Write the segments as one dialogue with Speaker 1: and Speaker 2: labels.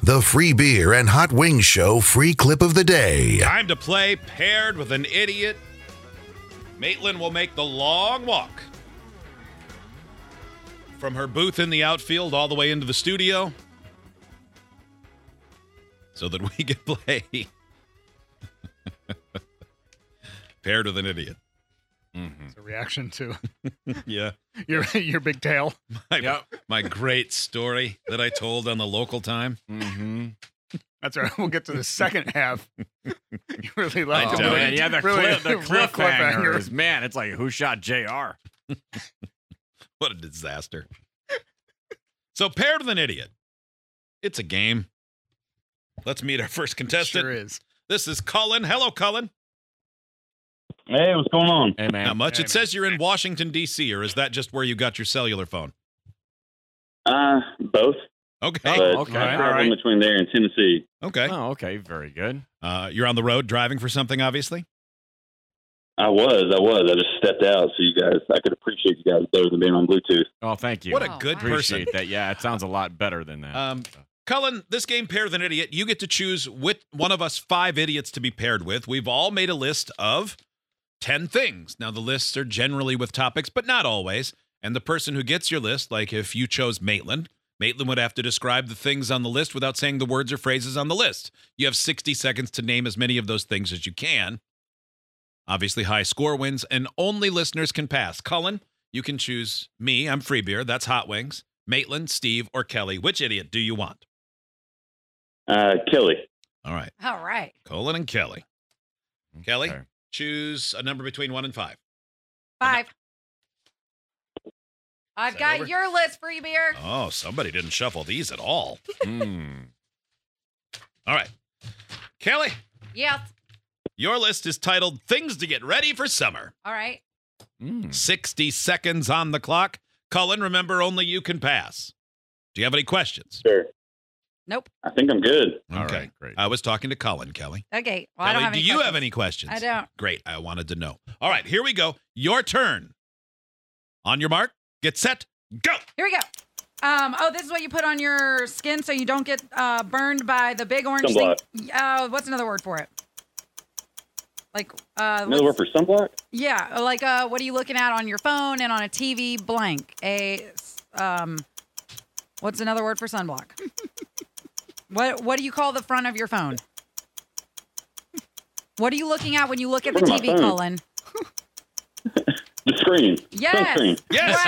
Speaker 1: The Free Beer and Hot Wings Show free clip of the day.
Speaker 2: Time to play paired with an idiot. Maitland will make the long walk from her booth in the outfield all the way into the studio so that we can play paired with an idiot.
Speaker 3: It's a reaction to
Speaker 2: Yeah.
Speaker 3: your your big tail.
Speaker 2: My, my great story that I told on the local time.
Speaker 4: Mm-hmm.
Speaker 3: That's right. We'll get to the second half. You really
Speaker 2: I
Speaker 3: left.
Speaker 2: don't.
Speaker 3: with a
Speaker 4: Oh, man, yeah, the,
Speaker 3: really-
Speaker 4: cliff, the
Speaker 3: real
Speaker 4: cliffhanger is man. It's like who shot Jr.
Speaker 2: What a disaster. so, paired with an idiot. It's a game. Let's meet our first contestant.
Speaker 3: Sure is.
Speaker 2: This is Cullen. Hello, Cullen.
Speaker 5: Hey, what's going on?
Speaker 4: Hey
Speaker 2: Not
Speaker 4: man,
Speaker 2: much.
Speaker 3: Hey,
Speaker 2: It says you're in Washington, D.C., or is that just where you got your cellular phone?
Speaker 5: Uh, both.
Speaker 2: Okay.
Speaker 5: but
Speaker 4: okay,
Speaker 5: I'm
Speaker 4: all right.
Speaker 5: traveling between there and Tennessee.
Speaker 2: Okay.
Speaker 4: oh okay, very good.
Speaker 2: Uh, you're on the road driving for something, obviously.
Speaker 5: I was, I was. I just stepped out so you guys, I could appreciate you guys better than being on Bluetooth.
Speaker 4: Oh, thank you.
Speaker 2: What a
Speaker 6: Oh,
Speaker 2: good
Speaker 6: wow.
Speaker 2: person.
Speaker 4: appreciate that. Yeah, it sounds a lot better than that.
Speaker 2: Um, Cullen, this game, Pair with an Idiot, you get to choose with one of us five idiots to be paired with. We've all made a list of 10 things. Now, the lists are generally with topics, but not always. And the person who gets your list, like if you chose Maitland, Maitland would have to describe the things on the list without saying the words or phrases on the list. You have 60 seconds to name as many of those things as you can. Obviously, high score wins, and only listeners can pass. Cullen, you can choose me. I'm Free Beer. That's Hot Wings. Maitland, Steve, or Kelly. Which idiot do you want?
Speaker 5: Uh, Kelly,
Speaker 2: All right.
Speaker 6: All right.
Speaker 2: Colin and Kelly. Kelly,
Speaker 4: Okay.
Speaker 2: choose a number between one and five.
Speaker 6: Five. I've
Speaker 2: that
Speaker 6: got
Speaker 2: over?
Speaker 6: your list, free beer.
Speaker 2: Oh, somebody didn't shuffle these at all.
Speaker 4: Mm.
Speaker 2: All right. Kelly,
Speaker 6: Yes.
Speaker 2: your list is titled Things to Get Ready for Summer.
Speaker 6: All right.
Speaker 4: Mm.
Speaker 2: 60 seconds on the clock. Cullen, remember, only you can pass. Do you have any questions?
Speaker 5: sure.
Speaker 6: Nope.
Speaker 5: I think I'm good.
Speaker 4: All right,
Speaker 2: Okay.
Speaker 4: great.
Speaker 2: I was talking to Cullen, Kelly.
Speaker 6: Okay. Well, I don't
Speaker 2: Kelly,
Speaker 6: have
Speaker 2: do
Speaker 6: any
Speaker 2: you have
Speaker 6: questions.
Speaker 2: any questions?
Speaker 6: I don't.
Speaker 2: Great. I wanted to know. All right, here we go. Your turn. On your mark, get set, go.
Speaker 6: Here we go. Um, oh, this is what you put on your skin so you don't get uh, burned by the big orange
Speaker 5: Sunblock.
Speaker 6: thing. Uh, what's another word for it? Like, uh,
Speaker 5: Another word
Speaker 6: what's-
Speaker 5: for sunblock?
Speaker 6: yeah, like uh, what are you looking at on your phone and on a TV? Blank. A, um, what's another word for sunblock? what What do you call the front of your phone? What are you looking at when you look at the
Speaker 5: Look at my
Speaker 6: TV,
Speaker 5: phone.
Speaker 6: Colin?
Speaker 5: The screen.
Speaker 6: Yes.
Speaker 5: Sunscreen.
Speaker 2: Yes.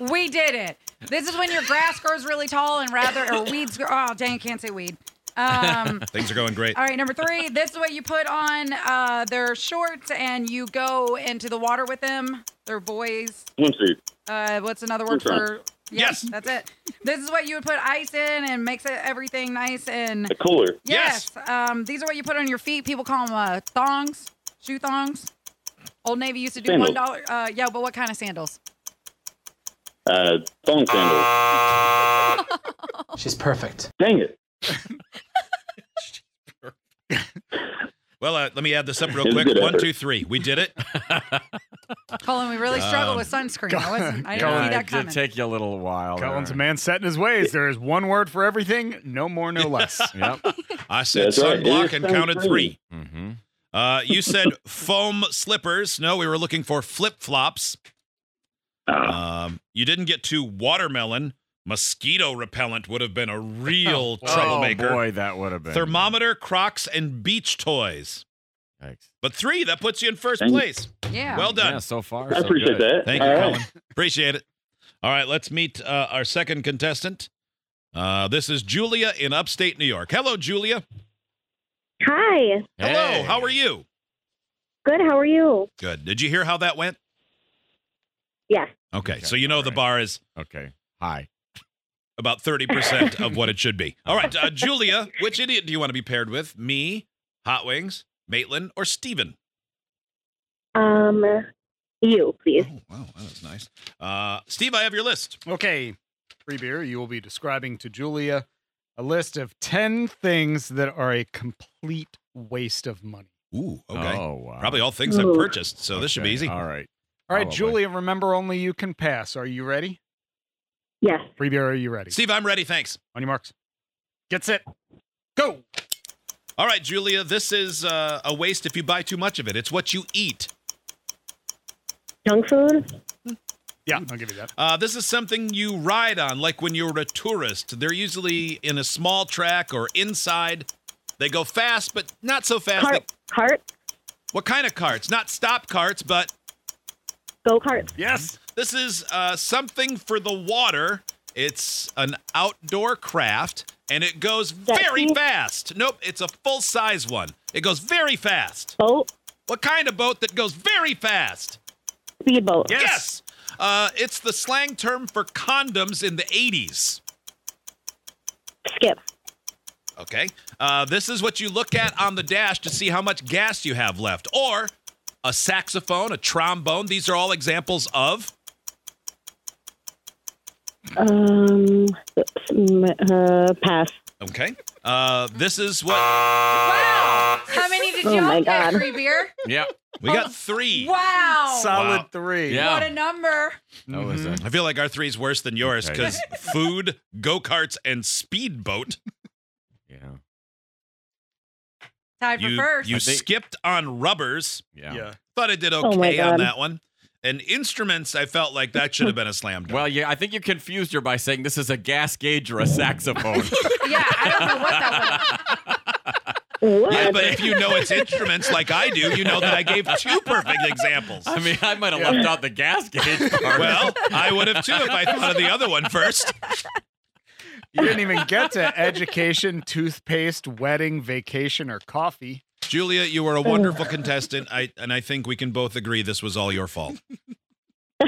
Speaker 6: Wow. we did it. This is when your grass grows really tall and rather or weeds grow. Oh, dang, can't say weed. Um,
Speaker 2: Things are going great.
Speaker 6: all right, number three. This is what you put on uh, their shorts and you go into the water with them. Their boys.
Speaker 5: Swimsuit.
Speaker 6: Uh, what's another word for?
Speaker 5: Swimsuit.
Speaker 2: Yes.
Speaker 6: that's it. This is what you would put ice in and makes it everything nice and.
Speaker 5: A cooler.
Speaker 6: Yes. Um, these are what you put on your feet. People call them uh, thongs, shoe thongs. Old Navy used to do
Speaker 5: Sandals.
Speaker 6: one dollar. Uh, yeah, but what kind of sandals?
Speaker 5: Uh, phone sandals.
Speaker 7: She's perfect.
Speaker 5: Dang it.
Speaker 2: Well, uh, let me add this up real
Speaker 5: It was a
Speaker 2: quick.
Speaker 5: good
Speaker 2: One,
Speaker 5: effort.
Speaker 2: two, three. We did it.
Speaker 6: Colin, we really struggled with sunscreen. I wasn't. I
Speaker 3: Colin,
Speaker 6: didn't see
Speaker 4: Yeah,
Speaker 6: that
Speaker 4: it did
Speaker 6: coming.
Speaker 4: take you a little while.
Speaker 3: Cullen's a
Speaker 4: there.
Speaker 3: man set in his ways. There is one word for everything, no more, no less. Oh,
Speaker 4: Yep.
Speaker 2: I said
Speaker 5: That's right.
Speaker 2: sunblock
Speaker 5: It is
Speaker 2: and counted three.
Speaker 4: mm-hmm.
Speaker 2: Uh, you said foam slippers. No, we were looking for flip flops.
Speaker 5: Ah,
Speaker 2: Um, you didn't get to watermelon. Mosquito repellent would have been a real
Speaker 3: Oh,
Speaker 2: troublemaker.
Speaker 4: boy, that would have been
Speaker 2: Thermometer, Crocs, and beach toys.
Speaker 4: Yikes.
Speaker 2: But three, that puts you in first
Speaker 5: Thank you.
Speaker 2: place.
Speaker 6: yeah.
Speaker 2: Well done.
Speaker 4: Yeah, so far,
Speaker 5: I
Speaker 4: so
Speaker 5: appreciate
Speaker 4: good.
Speaker 5: that.
Speaker 2: Thank
Speaker 5: All
Speaker 2: you,
Speaker 5: right.
Speaker 2: Colin. Appreciate it. All right, let's meet uh, our second contestant. Uh, this is Julia in upstate New York. Hello, Julia.
Speaker 8: Hi.
Speaker 2: Hello, how are you?
Speaker 8: Good. How are you?
Speaker 2: Good. Did you hear how that went?
Speaker 8: Yes.
Speaker 2: Okay,
Speaker 4: Okay,
Speaker 2: so you know
Speaker 4: all
Speaker 2: the
Speaker 4: right.
Speaker 2: bar is
Speaker 4: Okay. Hi.
Speaker 2: about 30% of what it should be. All right, uh, Julia, which idiot do you want to be paired with? Me, Hot Wings, Maitland, or Steven?
Speaker 8: Um, you, please.
Speaker 2: Oh, wow, that was nice. Uh, Steve, I have your list.
Speaker 3: Okay, free beer. You will be describing to Julia a list of 10 things that are a complete waste of money.
Speaker 2: Ooh, okay.
Speaker 4: Oh, wow.
Speaker 2: Probably all things I've
Speaker 8: Ooh.
Speaker 2: purchased, so this should be
Speaker 4: Okay,
Speaker 2: easy.
Speaker 4: All right.
Speaker 3: All right,
Speaker 4: Probably.
Speaker 3: Julia, remember only you can pass. Are you ready?
Speaker 8: Yes.
Speaker 3: Free beer, are you ready?
Speaker 2: Steve, I'm ready. Thanks.
Speaker 3: On your marks. Gets it. Go.
Speaker 2: All right, Julia, this is uh, a waste if you buy too much of it. It's what you eat.
Speaker 8: Junk food?
Speaker 3: Yeah, I'll give you that.
Speaker 2: Uh, this is something you ride on, like when you're a tourist. They're usually in a small track or inside. They go fast, but not so fast.
Speaker 8: Cart.
Speaker 2: that-
Speaker 8: Cart?
Speaker 2: what kind of carts? Not stop carts, but
Speaker 8: Go kart.
Speaker 3: Yes.
Speaker 2: this is uh, something for the water. It's an outdoor craft, and it goes very
Speaker 8: Jetski?
Speaker 2: fast. Nope, it's a full size one. It goes very fast.
Speaker 8: Boat?
Speaker 2: What kind of boat that goes very fast?
Speaker 8: Speedboat.
Speaker 2: Yes. Uh, it's the slang term for condoms in the 80s.
Speaker 8: Skip.
Speaker 2: Okay. Uh, this is what you look at on the dash to see how much gas you have left. Or a saxophone, a trombone. These are all examples of.
Speaker 8: Um, oops, mm, uh, pass.
Speaker 2: Okay. Uh, this is what.
Speaker 6: Wow. How many did
Speaker 8: Oh
Speaker 6: you
Speaker 8: my
Speaker 6: all get,
Speaker 8: God.
Speaker 6: free beer?
Speaker 4: Yeah.
Speaker 2: We got three.
Speaker 6: Wow.
Speaker 3: Solid
Speaker 4: Wow.
Speaker 3: three.
Speaker 4: Yeah.
Speaker 6: What a number.
Speaker 4: That was a
Speaker 2: I feel like our three's worse than yours
Speaker 4: Okay.
Speaker 2: because food, go karts, and speedboat.
Speaker 4: yeah.
Speaker 6: Tied for
Speaker 2: You,
Speaker 6: first.
Speaker 2: you
Speaker 4: I think-
Speaker 2: skipped on rubbers.
Speaker 4: Yeah.
Speaker 2: Thought I did
Speaker 8: Oh my
Speaker 2: okay on
Speaker 8: God.
Speaker 2: that one. And instruments, I felt like that should have been a slam dunk.
Speaker 4: Well, yeah, I think you confused her by saying this is a gas gauge or a saxophone.
Speaker 6: yeah, I don't know what that was.
Speaker 8: What?
Speaker 2: yeah, but if you know it's instruments like I do, you know that I gave two perfect examples.
Speaker 4: I mean, I might have left out the gas gauge part.
Speaker 2: Well, I would have too if I thought of the other one first.
Speaker 3: You didn't even get to education, toothpaste, wedding, vacation, or coffee.
Speaker 2: Julia, you were a wonderful contestant. I and I think we can both agree this was all your fault.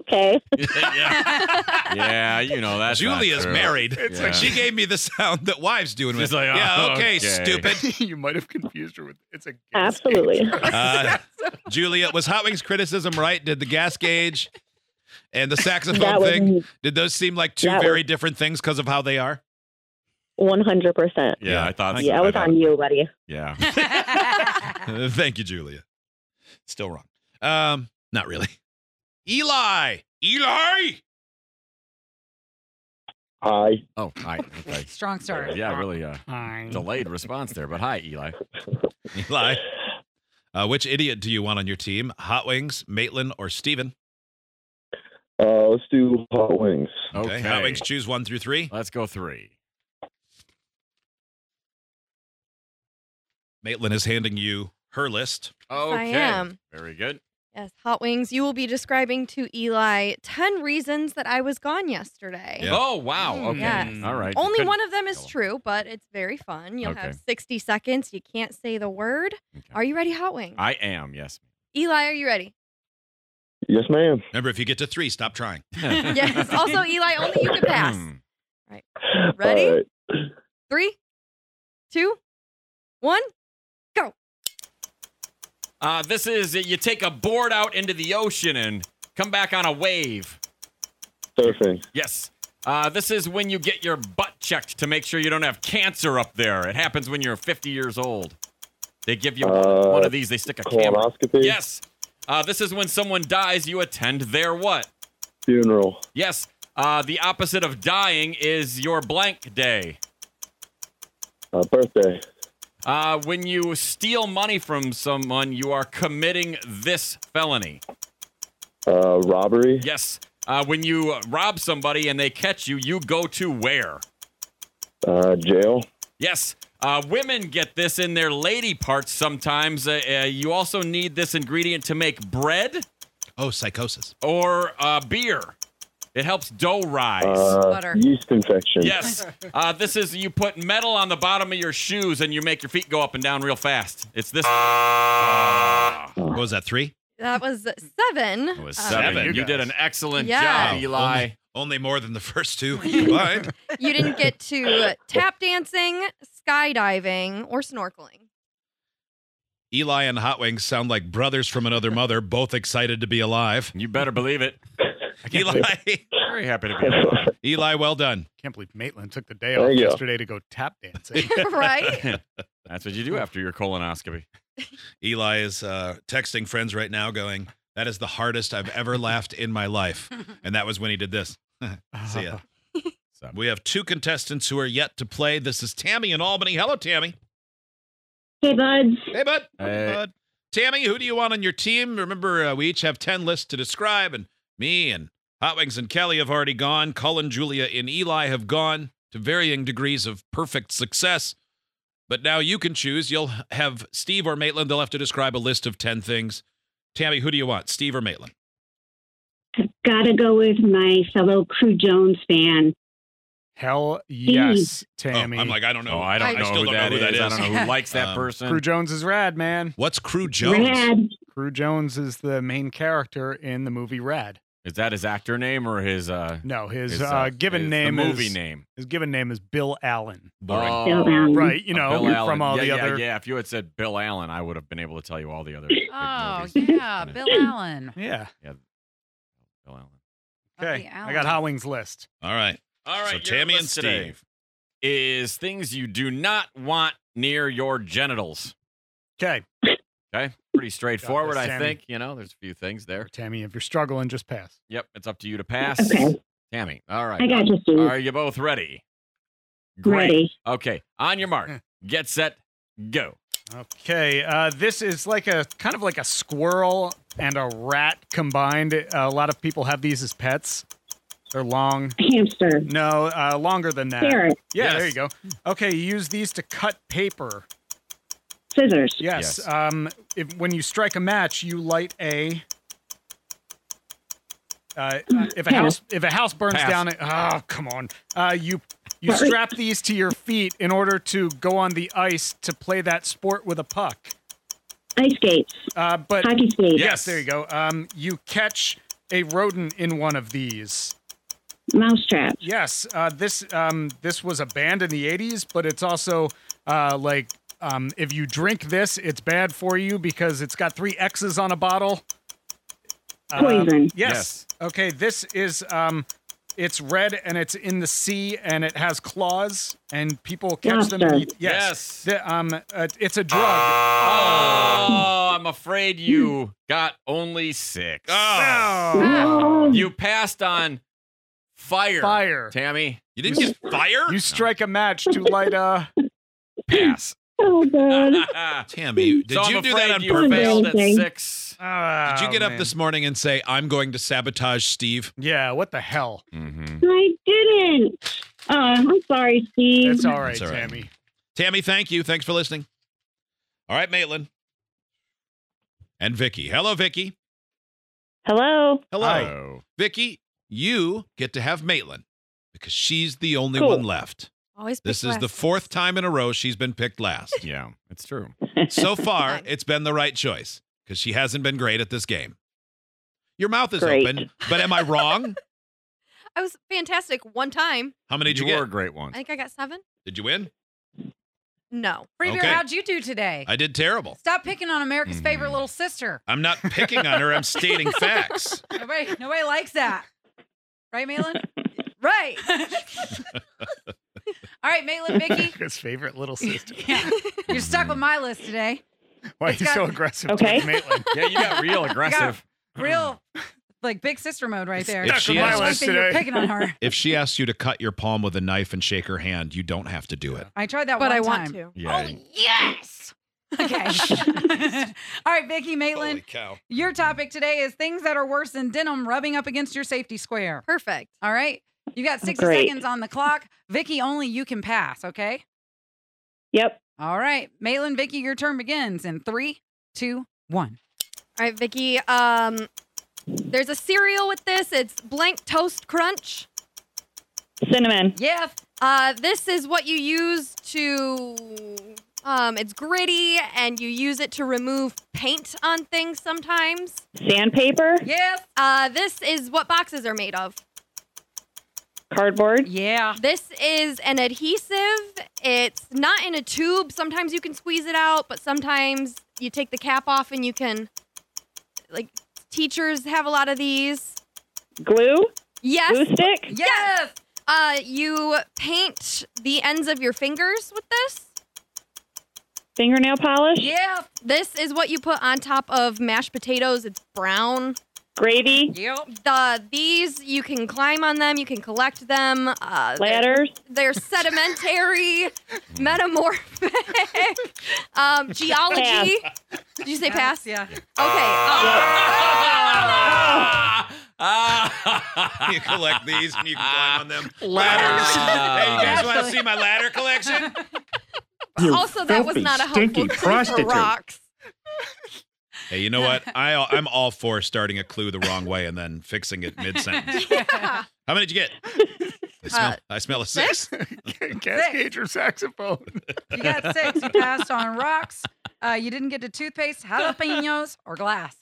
Speaker 8: okay.
Speaker 4: yeah. yeah, you know that's not
Speaker 2: Julia's
Speaker 4: true.
Speaker 2: married.
Speaker 4: It's like-
Speaker 2: she gave me the sound that wives do. And
Speaker 4: She's
Speaker 2: went,
Speaker 4: like,
Speaker 2: yeah,
Speaker 4: "Oh,
Speaker 2: okay,
Speaker 4: okay."
Speaker 2: stupid.
Speaker 3: you might have confused her with it's a gas
Speaker 8: Absolutely.
Speaker 3: station.
Speaker 2: Uh, Julia, was Hot Wings criticism right? Did the gas gauge and the
Speaker 8: That
Speaker 2: saxophone thing,
Speaker 8: was
Speaker 2: did those seem like two
Speaker 8: that was-
Speaker 2: very different things because of how they are?
Speaker 8: 100%.
Speaker 4: Yeah, I thought.
Speaker 8: Yeah, I was
Speaker 4: thought-
Speaker 8: on you, buddy.
Speaker 4: Yeah.
Speaker 2: Uh, Thank you, Julia. Still wrong. Um, not really. Eli, Eli.
Speaker 5: Hi.
Speaker 4: Oh, hi. Okay.
Speaker 6: Strong start.
Speaker 4: Yeah, really uh,
Speaker 3: Fine.
Speaker 4: delayed response there, but hi, Eli.
Speaker 2: Eli. Uh, which idiot do you want on your team? Hot Wings, Maitland, or Steven?
Speaker 5: Uh, let's do hot wings.
Speaker 4: Okay.
Speaker 2: Hot Wings, choose one through three.
Speaker 4: Let's go three.
Speaker 2: Maitland is handing you her list.
Speaker 4: Okay.
Speaker 9: I am.
Speaker 4: Very good.
Speaker 9: Yes, Hot Wings, you will be describing to Eli 10 reasons that I was gone yesterday.
Speaker 2: Yeah.
Speaker 4: Oh wow. Okay.
Speaker 9: Yes.
Speaker 4: All right. You
Speaker 9: Only
Speaker 4: couldn't-
Speaker 9: one of them is
Speaker 4: Cool.
Speaker 9: true, but it's very fun. You'll
Speaker 4: Okay.
Speaker 9: have 60 seconds. You can't say the word.
Speaker 4: Okay.
Speaker 9: Are you ready, Hot Wings?
Speaker 4: I am. Yes.
Speaker 9: Eli, are you ready?
Speaker 5: Yes, ma'am.
Speaker 2: Remember, if you get to three, stop trying.
Speaker 9: yes. Also, Eli, only you can pass.
Speaker 4: Hmm.
Speaker 9: Ready?
Speaker 5: All right.
Speaker 9: Three, two, one.
Speaker 4: Uh, this is you take a board out into the ocean and come back on a wave.
Speaker 5: Surfing.
Speaker 4: Yes. Uh, this is when you get your butt checked to make sure you don't have cancer up there. It happens when you're 50 years old. They give you
Speaker 5: Uh,
Speaker 4: one of these. They stick a camera.
Speaker 5: Colonoscopy.
Speaker 4: Yes. Uh, this is when someone dies. You attend their what?
Speaker 5: Funeral.
Speaker 4: Yes. Uh, the opposite of dying is your blank day.
Speaker 5: Uh, birthday.
Speaker 4: Uh, when you steal money from someone, you are committing this felony.
Speaker 5: Uh, robbery.
Speaker 4: Yes. Uh, when you rob somebody and they catch you, you go to where?
Speaker 5: Uh, jail.
Speaker 4: Yes. Uh, women get this in their lady parts sometimes. Uh, uh, you also need this ingredient to make bread
Speaker 2: Oh, psychosis.
Speaker 4: or uh, beer. It helps dough rise.
Speaker 5: Uh,
Speaker 6: Butter.
Speaker 5: yeast infection.
Speaker 4: yes. Uh, this is you put metal on the bottom of your Uh, shoes and you make your feet go up and down real fast. It's this.
Speaker 2: What was that, three?
Speaker 9: That was seven.
Speaker 4: It was
Speaker 9: Uh,
Speaker 4: seven.
Speaker 2: Seven.
Speaker 4: you did an excellent
Speaker 9: Yeah.
Speaker 4: job, Eli.
Speaker 2: Only, only more than the first two combined.
Speaker 9: you didn't get to uh, tap dancing, skydiving, or snorkeling.
Speaker 2: Eli and Hot Wings sound like brothers from another mother, both excited to be alive.
Speaker 4: You better believe it.
Speaker 2: Eli,
Speaker 4: Very happy to be alive.
Speaker 2: Eli, well done.
Speaker 3: Can't believe Maitland took the day
Speaker 5: There
Speaker 3: off
Speaker 5: you go.
Speaker 3: yesterday to go tap dancing.
Speaker 9: right?
Speaker 4: That's what you do after your colonoscopy.
Speaker 2: Eli is uh, texting friends right now, going, "That is the hardest I've ever laughed in my life," and that was when he did this. See ya.
Speaker 4: So.
Speaker 2: We have two contestants who are yet to play. This is Tammy in Albany. Hello, Tammy.
Speaker 8: Hey, buds.
Speaker 2: Hey, bud.
Speaker 4: Hey.
Speaker 2: bud. Tammy, who do you want on your team? Remember, uh, we each have 10 lists to describe, and me and Hot Wings and Kelly have already gone. Colin, Julia, and Eli have gone to varying degrees of perfect success. But now you can choose. You'll have Steve or Maitland. They'll have to describe a list of 10 things. Tammy, who do you want, Steve or Maitland?
Speaker 10: I've got to go with my fellow Crew Jones fan.
Speaker 3: Hell yes, Tammy.
Speaker 2: Oh, I'm like, I don't know.
Speaker 4: No, I don't know,
Speaker 2: still
Speaker 4: who,
Speaker 2: don't
Speaker 4: that
Speaker 2: know who that is.
Speaker 4: I don't know who likes that
Speaker 2: Um,
Speaker 4: person.
Speaker 3: Crew Jones is rad, man.
Speaker 2: What's Crew Jones?
Speaker 10: Rad.
Speaker 3: Crew Jones is the main character in the movie Rad.
Speaker 4: Is that his actor name or his uh
Speaker 3: No, his,
Speaker 4: his,
Speaker 3: uh, given
Speaker 4: his- the
Speaker 3: name
Speaker 4: movie
Speaker 3: is
Speaker 4: name?
Speaker 3: his given name is Bill Allen.
Speaker 2: Boring.
Speaker 10: Bill Allen.
Speaker 3: Oh, Right, you know,
Speaker 4: Bill Allen.
Speaker 3: from all
Speaker 4: yeah,
Speaker 3: the
Speaker 4: yeah,
Speaker 3: other
Speaker 4: Yeah, if you had said Bill Allen, I would have been able to tell you all the other. big
Speaker 6: Oh,
Speaker 4: movies.
Speaker 6: yeah. Bill Allen.
Speaker 3: Yeah.
Speaker 4: Bill Allen.
Speaker 6: Lucky
Speaker 3: Okay. I
Speaker 6: Allen.
Speaker 3: got Hot Wings list.
Speaker 2: All right.
Speaker 4: All
Speaker 2: So
Speaker 4: right, your
Speaker 2: Tammy and
Speaker 4: list today
Speaker 2: Steve.
Speaker 4: is things you do not want near your genitals.
Speaker 3: Okay.
Speaker 4: Okay, pretty straightforward, I
Speaker 3: Tammy.
Speaker 4: think. You know, there's a few things there.
Speaker 3: Tammy, if you're struggling, just pass.
Speaker 4: Yep, it's up to you to pass.
Speaker 10: Okay.
Speaker 4: Tammy, all right.
Speaker 10: I got you, Steve.
Speaker 4: Are you both ready?
Speaker 10: Ready.
Speaker 4: Okay, on your mark, get set, go.
Speaker 3: Okay, uh, this is like a kind of like a squirrel and a rat combined. Uh, A lot of people have these as pets. They're long.
Speaker 10: Hamster.
Speaker 3: No, uh, longer than that.
Speaker 10: Carrot.
Speaker 3: Yeah, there you
Speaker 4: Yes.
Speaker 3: go. Okay, you use these to cut paper.
Speaker 10: Scissors.
Speaker 3: Yes.
Speaker 4: Yes.
Speaker 3: Um, if, when you strike a match, you light a. Uh, if a
Speaker 10: Pass.
Speaker 3: house if a house burns
Speaker 4: Pass.
Speaker 3: down, it, oh come on! Uh, you you
Speaker 10: Sorry.
Speaker 3: strap these to your feet in order to go on the ice to play that sport with a puck.
Speaker 10: Ice skates.
Speaker 3: Uh, but
Speaker 10: Hockey skates.
Speaker 3: Yes, there you go. Um, you catch a rodent in one of these.
Speaker 10: Mouse traps.
Speaker 3: Yes, uh, this um, this was a band in the '80s, but it's also uh, like um, if you drink this, it's bad for you because it's got three X's on a bottle. Um,
Speaker 10: Poison.
Speaker 3: yes. Okay. This is um, it's red and it's in the sea and it has claws and people catch them. And
Speaker 10: Lobster.
Speaker 3: eat. Yes.
Speaker 4: Yes.
Speaker 3: The- um, uh, it's a drug.
Speaker 2: Ah.
Speaker 4: Oh, I'm afraid you got only six.
Speaker 2: Oh.
Speaker 10: Oh,
Speaker 4: You passed on fire.
Speaker 3: Fire.
Speaker 4: Tammy,
Speaker 2: You didn't get fire?
Speaker 3: You strike a match to light a.
Speaker 4: pass.
Speaker 10: so good.
Speaker 2: Tammy, did
Speaker 4: so
Speaker 2: you
Speaker 4: I'm
Speaker 2: do that
Speaker 4: afraid
Speaker 2: on
Speaker 4: you
Speaker 2: purpose?
Speaker 4: failed Oh, at
Speaker 10: Amazing.
Speaker 4: six.
Speaker 2: Did you get up
Speaker 3: Ah, man.
Speaker 2: this morning and say, I'm going to sabotage Steve?
Speaker 3: Yeah, what the hell?
Speaker 4: Mm-hmm.
Speaker 10: I didn't. Uh, I'm sorry, Steve.
Speaker 3: It's all right,
Speaker 2: It's all right.
Speaker 3: Tammy.
Speaker 2: Tammy, thank you. Thanks for listening. All right, Maitland. And Vicky. Hello, Vicky.
Speaker 8: Hello.
Speaker 2: Hello. Vicky, you get to have Maitland because she's the only
Speaker 8: Cool.
Speaker 2: one left.
Speaker 9: Always.
Speaker 2: This
Speaker 9: pick
Speaker 2: is the
Speaker 9: last.
Speaker 2: fourth time in a row she's been picked last.
Speaker 4: Yeah, it's true.
Speaker 2: So far,
Speaker 9: Fine.
Speaker 2: it's been the right choice because she hasn't been great at this game. Your mouth is
Speaker 10: Great.
Speaker 2: open, but am I wrong?
Speaker 9: I was fantastic one time.
Speaker 2: How many did you,
Speaker 4: you were
Speaker 2: get?
Speaker 4: a great one.
Speaker 9: I think I got seven.
Speaker 2: Did you win?
Speaker 9: No.
Speaker 6: Freebeer,
Speaker 2: Okay.
Speaker 6: how'd you do today?
Speaker 2: I Mm-hmm. did terrible.
Speaker 6: Stop picking on America's favorite
Speaker 4: Mhm.
Speaker 6: little sister.
Speaker 2: I'm not picking on her. I'm stating facts.
Speaker 6: Nobody, nobody likes that. Right, Maitland? right. All right, Maitland, Vicky.
Speaker 3: His favorite little sister.
Speaker 6: Yeah. You're stuck with my list today.
Speaker 3: Why are
Speaker 6: It's
Speaker 3: you
Speaker 6: got-
Speaker 3: so aggressive
Speaker 10: Okay.
Speaker 3: towards Maitland?
Speaker 4: yeah, you got real aggressive.
Speaker 6: Real, like big sister mode right there.
Speaker 2: Mm. If she
Speaker 6: That's
Speaker 2: has-
Speaker 6: one
Speaker 3: List
Speaker 6: thing You're
Speaker 3: today.
Speaker 6: picking on her.
Speaker 2: If she asks you to cut your palm with a knife and shake her hand, you don't have to do it.
Speaker 6: I tried that
Speaker 9: but
Speaker 6: one
Speaker 9: I want
Speaker 6: time.
Speaker 9: to.
Speaker 4: Yeah.
Speaker 6: Yes. Okay. All right, Vicky Maitland,
Speaker 2: cow.
Speaker 6: your topic today is things that are worse than denim rubbing up against your safety square.
Speaker 9: Perfect.
Speaker 6: All right. You got 60
Speaker 10: Great.
Speaker 6: seconds on the clock. Vicky, only you can pass, okay?
Speaker 10: Yep.
Speaker 6: All right. Maitland, Vicky, your turn begins in three, two, one.
Speaker 9: All right, Vicky. Um, there's a cereal with this. It's blank toast crunch.
Speaker 10: Cinnamon.
Speaker 6: Yeah.
Speaker 9: Uh, this is what you use to. Um, it's gritty, and you use it to remove paint on things sometimes.
Speaker 8: Sandpaper,
Speaker 6: Yes.
Speaker 9: Uh, this is what boxes are made of.
Speaker 8: cardboard.
Speaker 6: Yeah.
Speaker 9: This is an adhesive. It's not in a tube. Sometimes you can squeeze it out, but sometimes you take the cap off and you can. Like teachers have a lot of these.
Speaker 8: Glue?
Speaker 9: Yes.
Speaker 8: Glue stick?
Speaker 6: Yes.
Speaker 9: Uh, you paint the ends of your fingers with this.
Speaker 8: Fingernail polish?
Speaker 6: Yep.
Speaker 9: This is what you put on top of mashed potatoes. It's brown.
Speaker 8: Gravy?
Speaker 6: Yep.
Speaker 9: The these you can climb on them. You can collect them. Uh, they're-
Speaker 8: Ladders?
Speaker 9: They're sedimentary, metamorphic, um, geology. Did you say pass?
Speaker 6: Yeah.
Speaker 9: Okay.
Speaker 4: Ah.
Speaker 2: you collect these and you can climb on them.
Speaker 9: Oh.
Speaker 4: Ladders.
Speaker 2: hey, you guys want to see my ladder collection?
Speaker 9: Oh. also, that was
Speaker 11: filthy,
Speaker 9: not a helpful
Speaker 11: stinky
Speaker 9: clue for
Speaker 11: prostitute.
Speaker 9: rocks.
Speaker 2: Hey, you know what? I, I'm all for starting a clue the wrong way and then fixing it mid sentence.
Speaker 9: Yeah.
Speaker 2: How many did you get? I smell,
Speaker 9: Uh,
Speaker 2: I smell a six.
Speaker 3: Cascade your saxophone.
Speaker 6: You got six. You passed on rocks. Uh, you didn't get to toothpaste, jalapenos, or glass.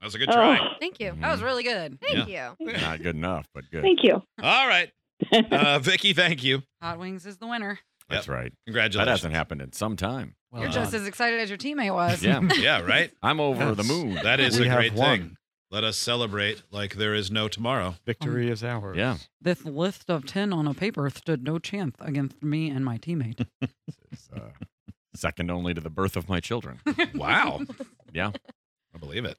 Speaker 2: That was a good try.
Speaker 10: Oh,
Speaker 9: Thank you.
Speaker 6: That was really good.
Speaker 9: Thank you.
Speaker 4: Not good enough, but good.
Speaker 8: Thank you.
Speaker 2: All right. Uh, Vicky, thank you.
Speaker 6: Hot wings is the winner.
Speaker 4: That's right. That
Speaker 2: Congratulations.
Speaker 4: hasn't happened in some time.
Speaker 6: You're just as excited as your teammate was.
Speaker 4: Yeah.
Speaker 2: yeah, right?
Speaker 4: I'm over the
Speaker 11: Yes.
Speaker 4: moon.
Speaker 2: That is
Speaker 11: We
Speaker 2: a
Speaker 11: have
Speaker 2: great
Speaker 11: won.
Speaker 2: thing. Let us celebrate like there is no tomorrow.
Speaker 6: Mm.
Speaker 11: Victory is ours.
Speaker 4: Yeah.
Speaker 6: This list of 10 on a paper stood no chance against me and my teammate.
Speaker 4: It's, uh, second only to the birth of my children.
Speaker 2: Wow.
Speaker 4: Yeah.
Speaker 2: I believe it.